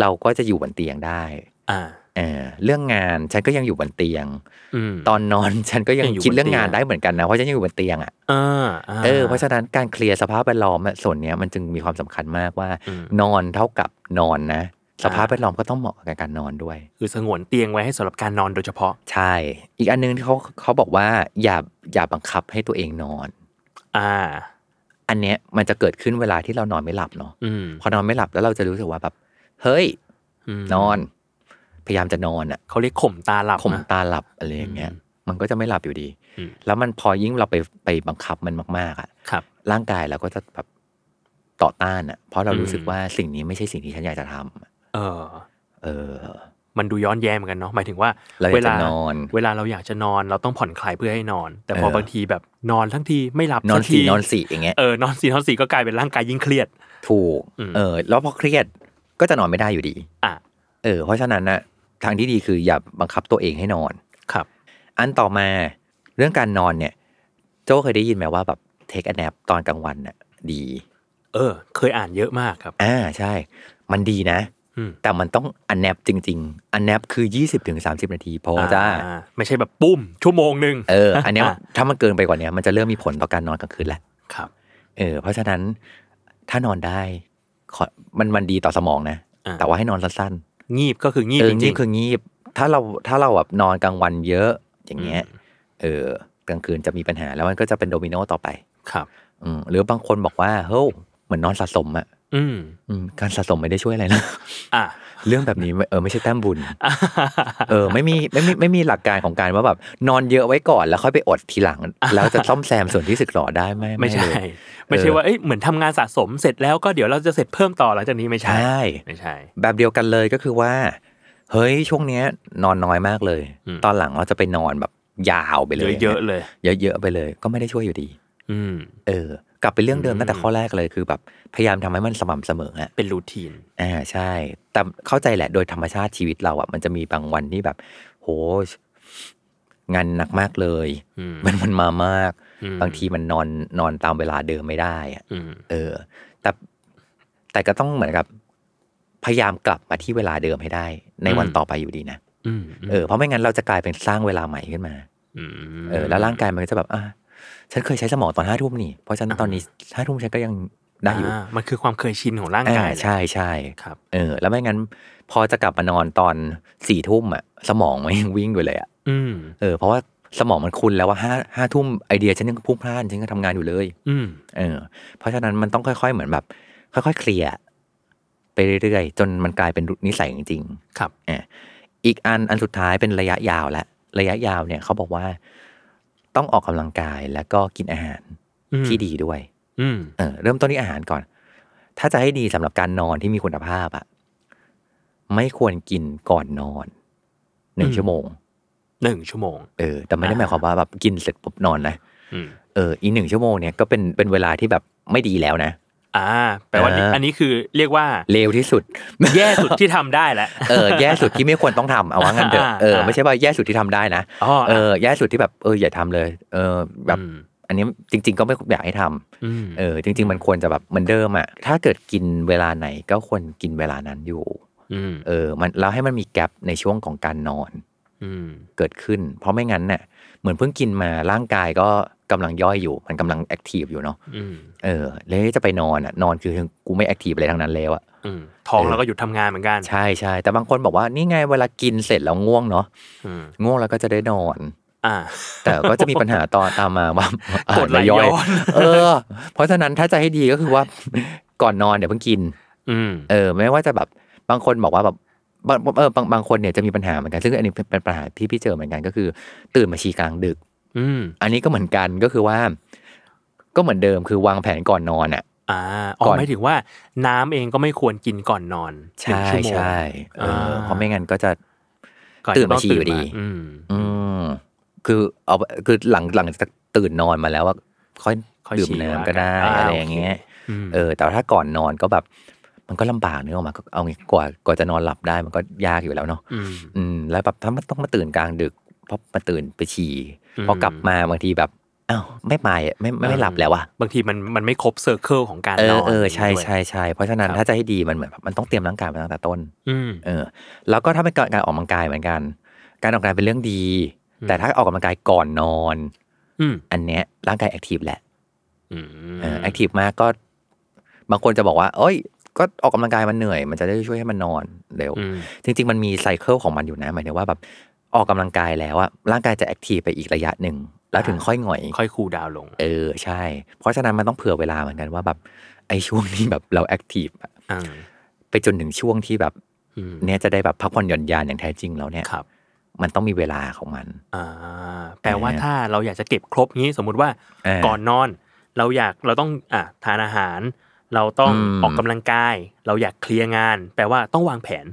S2: เราก็จะอยู่บนเตียงได้
S3: อ่า
S2: เออเรื่องงานฉันก็ยังอยู่บนเตียง
S3: อืม
S2: ตอนนอน ฉันก็ยัง
S3: ยังอยู่
S2: คิดเรื่อง
S3: บนเตียง
S2: งานได้เหมือนกันนะเพราะฉันยังอยู่บนเตียงอ่ะ
S3: อ่าา
S2: เออเพราะฉะนั้นการเคลียร์สภาพแวดล้อมอะส่วนเนี้ยมันจึงมีความสำคัญมากว่า
S3: อืม
S2: นอนเท่ากับนอนนะ สภาพแวดล้อมก็ต้องเหมาะกับการนอนด้วย
S3: คือสงวนเตียงไว้ให้สำหรับการนอนโดยเฉพาะ
S2: ใช่ อีกอันนึงที่เขาเขาบอกว่าอย่าอย่าบังคับให้ตัวเองนอน
S3: อ่า
S2: อันเนี้ยมันจะเกิดขึ้นเวลาที่เรานอนไม่หลับเนาะ
S3: อืม
S2: พอนอนไม่หลับแล้วเราจะรู้สึกว่าแบบเฮ้ย
S3: ม
S2: นอน พยายามจะนอนอ่ะ
S3: เขาเรียกข่มตาหลับ
S2: ข่ม
S3: นะ
S2: ตาหลับอะไรอย่างเงี้ย
S3: อืม
S2: มันก็จะไม่หลับอยู่ดี
S3: อืม
S2: แล้วมันพอยิ่งเราไปไปบังคับมันมากๆอ่ะ
S3: ครับ
S2: ร่างกายเราก็จะแบบต่อต้านอ่ะ เพราะเรารู้สึก
S3: อืม
S2: ว่าสิ่งนี้ไม่ใช่สิ่งที่ฉันอยากจะทำอะ
S3: เออ
S2: เออ
S3: มันดูย้อนแย้งเหมือนกันเนาะหมายถึงว่า
S2: เราอยากจะนอน
S3: เวลาเราอยากจะนอนเราต้องผ่อนคลายเพื่อให้นอน แต่พอ
S2: เออ
S3: บางทีแบบนอนทั้งทีไม่หลับ
S2: นอน
S3: สัก
S2: สี
S3: ที
S2: นอนสีอย่างเงี้ย
S3: เออนอนสีนอนสีก็กลายเป็นร่างกายยิ่งเครียด
S2: ถูก
S3: อืม
S2: เออ แล้วพอเครียดก็จะนอนไม่ได้อยู่ดี
S3: อ่ะ
S2: เออ เพราะฉะนั้นนะทางที่ดีคืออย่าบังคับตัวเองให้นอน
S3: ครับ
S2: อันต่อมาเรื่องการนอนเนี่ย โจเคยได้ยินไหมว่าแบบเทค a อน p ตอนกลางวันน่ะดี
S3: เออ เคยอ่านเยอะมากครับ
S2: อ่าใช่ มันดีนะ
S3: อืม
S2: แต่มันต้องอันแนบจริง ๆ อันแนบคือ 20-30ถึง30 นาทีพอจ้า
S3: ไม่ใช่แบบปุ้ม ชั่วโมงหนึ่ง
S2: เออ อันเนี้ยถ้ามันเกินไปกว่าเนี้ยมันจะเริ่มมีผลต่อการนอนกลางคืนแหละ
S3: ครับ
S2: เออ เพราะฉะนั้นถ้านอนได้ขอมันมันดีต่อสมองนะ
S3: อ่ะ
S2: แต่ว่าให้นอนสั้นๆ
S3: งีบก็คืองีบ
S2: เออ
S3: จ
S2: งี
S3: ริ
S2: บ
S3: ง
S2: คืองีบถ้าเราถ้าเราแบบนอนกลางวันเยอะอย่างเงี้ย
S3: อืม
S2: เออกลางคืนจะมีปัญหาแล้วมันก็จะเป็นโดมิโนต่อไป
S3: ๆครับ
S2: อืมหรือบางคนบอกว่าเฮ้ยเหมือนนอนสะสมอะ
S3: อืม
S2: อืมการสะสมไม่ได้ช่วยอะไร นะ
S3: อ่ะ
S2: เรื่องแบบนี้ไม่เออไม่ใช่แต้มบุญ เออไม่มีไม่มีไม่มีหลักการของการว่าแบบนอนเยอะไว้ก่อนแล้วค่อยไปอดทีหลัง แล้วจะซ่อมแซมส่วนที่สึกหรอได้ไหม
S3: ไม่ใช่
S2: เลย
S3: ไม่
S2: เอ
S3: ใช่
S2: อ
S3: ว่าเอ้ยเหมือนทำงานสะสมเสร็จแล้วก็เดี๋ยวเราจะเสร็จเพิ่มต่อหลังจากนี้ไม่
S2: ใช
S3: ใช่
S2: ่
S3: ไม่ใช่
S2: แบบเดียวกันเลยก็คือว่า เฮ้ยช่วงเนี้ย นอนน้อยมากเลย
S3: อืม
S2: ตอนหลังเราจะไปนอนแบบยาวไปเลย
S3: เยอะๆเลย
S2: เยอะๆไปเลยก็ไม่ได้ช่วยอยู่ดี
S3: อืม
S2: เออ กลับไปเรื่องเดิ
S3: อื
S2: ม
S3: ม
S2: ตั้งแต่ข้อแรกเลยคือแบบพยายามทำให้มันสม่ำเสมออะ
S3: เป็นรูทีน
S2: อ่าใช่ แต่เข้าใจแหละโดยธรรมชาติชีวิตเราอะมันจะมีบางวันที่แบบ โห งานหนักมากเลย
S3: อืม
S2: มันมันมามาก
S3: อืม
S2: บางทีมันนอนนอนตามเวลาเดิมไม่ได้อะ
S3: อืม
S2: เออ แต่แต่ก็ต้องเหมือนกับ พยายามกลับมาที่เวลาเดิมให้ได้ ในวันต่อไปอยู่ดีนะ
S3: อืม
S2: เออเพราะไม่งั้นเราจะกลายเป็นสร้างเวลาใหม่ขึ้นมา
S3: ม
S2: เออแล้วร่างกายมันก็จะแบบอ่ะฉันเคยใช้สมองตอนห้าทุ่มนี่ เพราะฉะนันตอนนี้ห้าทุ่มฉันก็ยังได้อยู่
S3: ามันคือความเคยชินของร่า
S2: อ่าก
S3: งายแหละ
S2: ใช่ใช่
S3: ครับ
S2: เออ แล้วไม่งั้น พอจะกลับมานอนตอนสี่ทุ่มอ่ะสมองมันยังวิ่งอยู่เลยอ่ะ
S3: อืม
S2: เออเพราะว่าสมองมันคุ้นแล้วว่าห้าห้าทุ่มไอเดียฉันยังพลุ่งพล่านฉันก็ทำงานอยู่เลย
S3: อืม
S2: เออเพราะฉะนั้นมันต้องค่อย ๆ เหมือนแบบ ค่อย ๆ เคลียร์ไปเรื่อยๆจนมันกลายเป็นนิสัยจริงๆ
S3: ครับ
S2: อ่ะอีกอันอันสุดท้ายเป็นระยะยาวและระยะยาวเนี่ยเขาบอกว่าต้องออกกำลังกายแล้วก็กินอาหาร
S3: อืม
S2: ที่ดีด้วย
S3: อืม
S2: เออเริ่มต้นที่อาหารก่อน ถ้าจะให้ดีสำหรับการนอนที่มีคุณภาพอะไม่ควรกินก่อนนอนหนึ่
S3: อื
S2: ง
S3: ม
S2: ชั่วโมง
S3: หนึ่งชั่วโมง
S2: เออแต่ไม่ได้หมายความว่าแบบกินเสร็จปุ๊บนอนนะ
S3: อืม
S2: เอออีกหนึ่งชั่วโมงเนี่ยก็เป็นเป็นเวลาที่แบบไม่ดีแล้วนะ
S3: อ่า แปลว่า
S2: อ่า
S3: อันนี้คือเรียกว่า
S2: เลวที่สุด
S3: แย่สุดที่ทำได้แล้ว
S2: เออแย่สุดที่ไม่ควรต้องทำเอาว่างั้นเถอะเออ
S3: อ่า
S2: ไม่ใช่ว่าแย่สุดที่ทำได้นะ
S3: อ๋อ
S2: เออแย่สุดที่แบบเอออย่าทำเลย เออแบบ
S3: อืม
S2: อันนี้จริง ๆ ก็ไม่อยากให้ทำ
S3: อืม
S2: เออ จริง ๆ มันควรจะแบบเหมือนเดิมอะถ้าเกิดกินเวลาไหนก็ควรกินเวลานั้นอยู่
S3: อืม
S2: เออ มันแล้วให้มันมีแกลบในช่วงของการนอน
S3: อืม
S2: เกิดขึ้น เพราะไม่งั้นเนี่ยเหมือนเพิ่งกินมาร่างกายก็กำลังย่อยอยู่ มันกำลังแอคทีฟอยู่เนาะ
S3: อืม
S2: เออแล้วจะไปนอนอะนอนคือกูไม่แอคทีฟอะไรทั้งนั้นแล้วอะ
S3: อืม ท้องเราก็หยุดทำงานเหมือนกัน
S2: ใช่ใช่แต่บางคนบอกว่านี่ไงเวลากินเสร็จแล้วง่วงเนาะ
S3: อืม
S2: ง่วงแล้วก็จะได้นอน
S3: อ่า
S2: แต่ก็จะมีปัญหาตอนตามมาว่าก
S3: ดไหลย้อ
S2: าหาร
S3: น
S2: ไม่เออ เพราะฉะนั้นถ้าจะให้ดีก็คือว่า ก่อนนอนเดี๋ยวเพิ่งกิน
S3: อืม
S2: เออ ไม่ว่าจะแบบบางคนบอกว่าแบบบางเออบางบางคนเนี่ยจะมีปัญหาเหมือนกัน ซึ่งอันนี้เป็นปัญหาที่พี่เจอเหมือนกันก็คือ ตื่นมาฉี่กลางดึก
S3: อืม
S2: อันนี้ก็เหมือนกันก็คือว่า ก็เหมือนเดิมคือวางแผนก่อนนอนอ่ะ
S3: อ่าอ๋อ
S2: ก่อน
S3: หมายถึงว่าน้ำเองก็ไม่ควรกินก่อนนอนหนึ่ง
S2: ใช่
S3: ชั่วโมง
S2: ใช่เอออา เพราะไม่งั้นก็จะ
S3: ก่อน
S2: ตื่
S3: จะ
S2: นมาฉี่อยู่ดี
S3: อืม
S2: อืมคือเอาคือหลังหลังจากตื่นนอนมาแล้วว่าค่อย
S3: อย
S2: ดื่ม
S3: ฉี่
S2: น้ำก็ได้
S3: า
S2: อะไรอย่างเงี้ย
S3: โอคม
S2: เออแต่ว่าถ้าก่อนนอนก็แบบ มันก็ลำบากเนื้อออกมาก็เอาไงกว่ากว่าจะนอนหลับได้มันก็ยากอยู่แล้วเนาะ
S3: ม
S2: อืม แล้วแบบถ้ามันต้องมาตื่นกลางดึกเพราะมาตื่นไปฉี่
S3: อืม
S2: พอกลับมาบางทีแบบ อ้าวไม่ไปอะไม่ไม่ไม่หลับแล้วอะ
S3: บางทีมันมันไม่ครบเซอร์เคิลของการ
S2: เอน อ
S3: อน
S2: เออใช่
S3: ด้วย
S2: ใช่ใช่เพราะฉะนั้น
S3: ครับ
S2: ถ้าจะให้ดีมันเหมือนแบบมันต้องเตรียมร่างกายมาตั้งแต่ต้น
S3: อืม
S2: เออแล้วก็ถ้าเป็นการออกกำลังกายเหมือนกัน การออกกำลังกายเป็นเรื่องดี
S3: อืม
S2: แต่ถ้าออกกำลังกายก่อนนอน
S3: อืม
S2: อันเนี้ยร่างกายแอคทีฟแหละ
S3: อืม
S2: แอคทีฟมากก็บางคนจะบอกว่า เอ้ย ก็ออกกำลังกายมันเหนื่อย มันจะได้ช่วยให้มันนอนเร็ว
S3: อืม
S2: จริง ๆ มันมีไซเคิลของมันอยู่นะหมายถึงว่าแบบออกกำลังกายแล้วอะร่างกายจะแอคทีฟไปอีกระยะหนึ่งแล้วถึงค่อยหงอย
S3: ค่อยคูลดาวน์ลง
S2: เออใช่ เพราะฉะนั้นมันต้องเผื่อเวลาเหมือนกันว่าแบบไอ้ช่วงนี้แบบ เราแอคทีฟอะ
S3: อ่า
S2: ไปจนถึงช่วงที่แบบ
S3: อืม
S2: เนี่ยจะได้แบบพักผ่อนหย่อนยานอย่างแท้จริงแล้วเนี่ย
S3: ครับ
S2: มันต้องมีเวลาของมัน
S3: อ่าแปลว่า
S2: เออ
S3: ถ้าเราอยากจะเก็บครบงี้สมมุติว่า
S2: เ
S3: ก่อนนอน เราอยากเราต้องอ่ะทานอาหาร เราต้อง
S2: อืม
S3: ออกกำลังกาย เราอยากเคลียร์งาน แปลว่าต้องวางแผน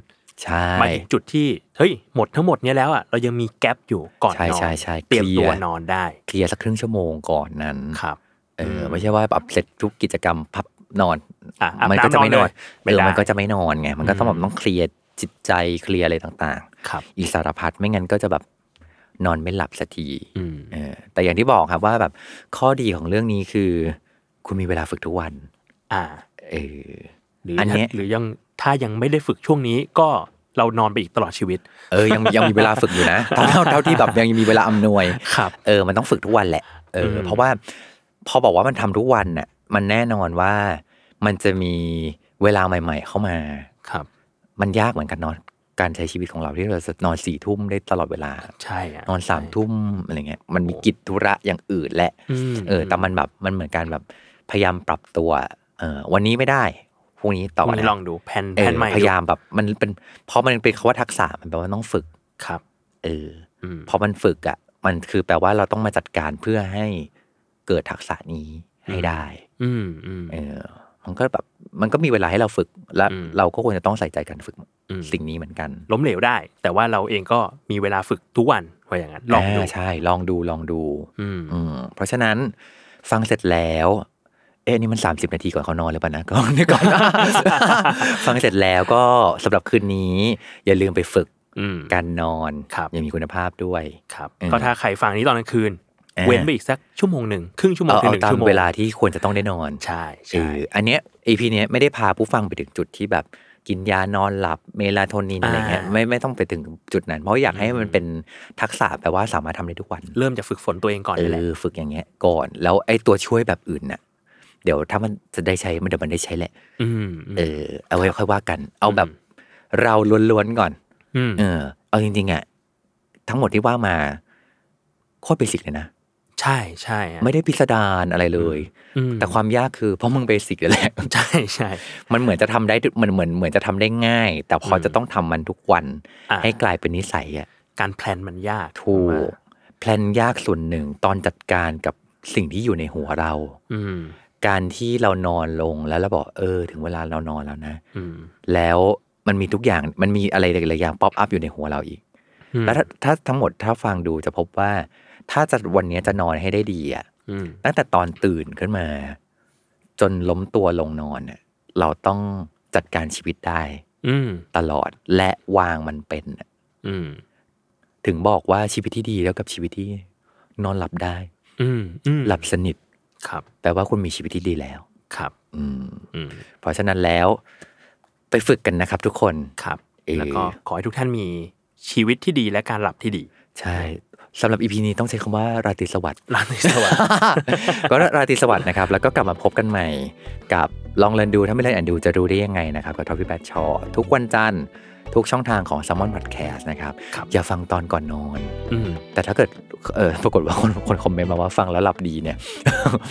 S2: ใช่
S3: มาถึงจุดที่เฮ้ยหมดทั้งหมดเนี้ยแล้วอ่ะเรายังมีแกลบอยู่ก่อน
S2: ใช่
S3: นอน
S2: ใช่ใช่
S3: เตรียม
S2: ค
S3: ตั
S2: ร์
S3: วนอนได้
S2: เคลียร์สักครึ่งชั่วโมงก่อนนั้น
S3: ครับ
S2: เออ
S3: ม
S2: ไม่ใช่ว่าแบบเสร็จทุกกิจกรรมพับนอน
S3: อ่ะอาบ
S2: มั
S3: น้ำ
S2: ก็จะไม่นอน
S3: นอนเลย
S2: เออ
S3: ไม่ได้
S2: มันก็จะไม่นอนไงมันก็ต้อง
S3: อื
S2: แบ
S3: ม
S2: บต้องเคลียร์จิตใจเคลียร์อะไรต่าง
S3: ครับ
S2: ๆ อีกสารพัดไม่งั้นก็จะแบบนอนไม่หลับสักที
S3: อืม
S2: เออแต่อย่างที่บอกครับว่าแบบข้อดีของเรื่องนี้คือ คุณมีเวลาฝึกทุกวัน
S3: อ่า
S2: เออ
S3: หรือ
S2: อั
S3: อั
S2: นเนี้ย
S3: หรือยังถ้ายังไม่ได้ฝึกช่วงนี้ก็เรานอนไปอีกตลอดชีวิต
S2: เออยังยังมีเว ลาฝึก อยู่นะเท่าเท่าเท่าที่แบบยังมีเวลาอำนวย
S3: ครับ
S2: เออ มันต้องฝึกทุกวันแหละ เอออ
S3: ม
S2: เพราะว่าพอบอกว่ามันทำทุกวันน่ะ มันแน่นอนว่ามันจะมีเวลาใหม่ ๆ เข้ามา
S3: ครับ
S2: มันยากเหมือนกันเนอนการใช้ชีวิตของเราที่เราจะนอนสี่ทุ่มได้ตลอดเวลา
S3: ใช่อะ
S2: นอนสามทุ่มอะไรเงี้ย มันมีกิจธุระอย่างอื่นแหละ
S3: ม
S2: เออ แต่มันแบบมันเหมือนการแบบพยายามปรับตัว เออ วันนี้ไม่ได้ พรุ่งนี้ต่อ
S3: พรุ่งนี้
S2: นะ
S3: ลองดูแผ่น
S2: เออ
S3: แผ่นใหม่
S2: พ
S3: ดู
S2: ยายามแบบมันเป็นเพราะมันเป็นคำว่าทักษะมันแปลว่าต้องฝึก
S3: ครับ
S2: เออ
S3: อืม
S2: พอมันฝึกอะ่ะ มันคือแปลว่าเราต้องมาจัดการเพื่อให้เกิดทักษะนี้ให้ได้
S3: อืมอืม
S2: เออ มันก็แบบมันก็มีเวลาให้เราฝึก และ
S3: อืม
S2: เราก็ควรจะต้องใส่ใจการฝึก
S3: อืม
S2: สิ่งนี้เหมือนกัน
S3: ล้มเหลวได้ แต่ว่าเราเองก็มีเวลาฝึกทุกวันว่าอย่างนั้นลองดู
S2: าใช่ ลองดูลองดู
S3: อืม
S2: อืม เพราะฉะนั้นฟังเสร็จแล้ว เอ๊ะนี่มัน 30 นาทีก่อนเขานอนหรือเปล่านะก่อนก่อน ฟังเสร็จแล้วก็สำหรับคืนนี้ อย่าลืมไปฝึก
S3: อืม
S2: การนอน
S3: ครับ
S2: อย่างมีคุณภาพด้วย
S3: ครับ
S2: เออ
S3: ก็ถ้าใครฟังนี้ตอนกลางคืน
S2: เออ
S3: เว้นไปอีกสักชั่วโมงหนึ่งครึ่งชั่วโมง
S2: เอา
S3: ถึง
S2: เอา
S3: หนึ่ง
S2: ตาม
S3: ชั่วโมง
S2: เวลาที่ควรจะต้องได้นอน
S3: ใช่
S2: เอ
S3: ใช่
S2: ออันเนี้ย EP เนี้ยไม่ได้พาผู้ฟังไปถึงจุดที่แบบกินยานอนหลับเมลาโทนิน
S3: อ่า
S2: อะไรเงี้ยไม่ไม่ต้องไปถึงจุดนั้น เพราะอยากให้
S3: อืม
S2: มันเป็นทักษะแปลว่าสามารถทำได้ทุกวัน
S3: เริ่มจะฝึกฝนตัวเองก่อน
S2: เอ
S3: นี่แหละ
S2: อฝึกอย่างเงี้ยก่อน แล้วไอ้ตัวช่วยแบบอื่นน่ะ เดี๋ยวถ้ามันจะได้ใช้มันเดี๋ยวมันได้ใช้แหละ
S3: อืมอืม
S2: เออเอาไว้ค่อยว่ากัน เอาแบบเราล้วนๆก่อน
S3: อืม
S2: เออ เอาจริงๆอ่ะทั้งหมดที่ว่ามาโคตรเบสิกเลยนะ
S3: ใช่ใช่อะ
S2: ไม่ได้พิสดารอะไรเลย
S3: อืม
S2: แต่ความยากคือเพราะมึงเบสิกเลยแหละ
S3: ใช่ใช่
S2: มันเหมือนจะทำได้ทุกมันเหมือนเหมือนจะทำได้ง่าย แต่พอจะต้องทำมันทุกวัน
S3: อ่ะ
S2: ให้กลายเป็นนิสัยอ่ะ
S3: การแพลนมันยาก
S2: ถู
S3: ผมว่าก
S2: แพลนยากส่วนหนึ่งตอนจัดการกับสิ่งที่อยู่ในหัวเรา
S3: อืม
S2: การที่เรานอนลงแล้วเราบอกเออ ถึงเวลาเรานอนแล้วนะ
S3: อืม
S2: แล้วมันมีทุกอย่างมันมีอะไรหลายๆอย่างป๊อปอัพอยู่ในหัวเราอีก
S3: อืม
S2: แล้วถ้าถ้าทั้งหมดถ้าฟังดูจะพบว่า ถ้าจะวันนี้จะนอนให้ได้ดีอ่ะ
S3: อืม
S2: ตั้งแต่ตอนตื่นขึ้นมา จนล้มตัวลงนอนอะเราต้องจัดการชีวิตได้
S3: อืม
S2: ตลอดและวางมันเป็นน่ะ
S3: อืม
S2: ถึงบอกว่าชีวิตที่ดีแล้วกับชีวิตที่นอนหลับได้
S3: อืมอืม
S2: หลับสนิท
S3: ครับ
S2: แปลว่าคุณมีชีวิตที่ดีแล้ว
S3: ครับ
S2: อืม
S3: อืม
S2: เพราะฉะนั้นแล้ว ไปฝึกกันนะครับทุกคน
S3: ครับ
S2: เอ่อ
S3: แล้วก็ขอให้ทุกท่านมีชีวิตที่ดีและการหลับที่ดี
S2: ใช่สำหรับอีพีนี้ต้องใช้คำว่าราตรีสวัสดิ์
S3: ลาในสวัสดิ์
S2: ก็ราตรีสวัสดิ์นะครับ แล้วก็กลับมาพบกันใหม่ กับลองเรียนดูถ้าไม่เรียนอ่านดูจะรู้ได้ยังไงนะครับกับทอพี่แบทชอทุกวันจันทร์ทุกช่องทางของ s ซ m มอน Podcast นะครับ
S3: ครับ
S2: อย่าฟังตอนก่อนนอน
S3: อืม
S2: แต่ถ้าเกิดเออปรากฏว่าคน คนคอมเมนต์มาว่าฟังแล้วหลับดีเนี่ย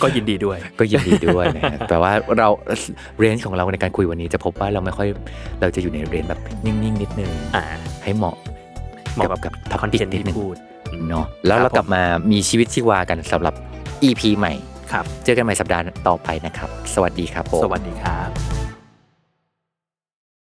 S3: ก็ยินดีด้วย
S2: ก็ยินดีด้วยนะ ฮะ แต่ว่าเราเรนจ์ของเราในการคุยวันนี้จะพบว่าเราไม่ค่อยเราจะอยู่ในเรนจ์แบบนิ่งๆ นิดนึง
S3: อ่า
S2: ให้เหมาะ
S3: เหมาะกับกับ
S2: ทับ
S3: คอน
S2: ปิ
S3: เทนต์
S2: นิด
S3: ที่
S2: นึง
S3: พูด
S2: เนาะแล้วเรากลับมามีชีวิตชีวากันสำหรับ EP ใหม่
S3: ครับ
S2: เจอกันใหม่สัปดาห์ต่อไปนะครับ สวัสดีครับผม
S3: สวัสดีครับ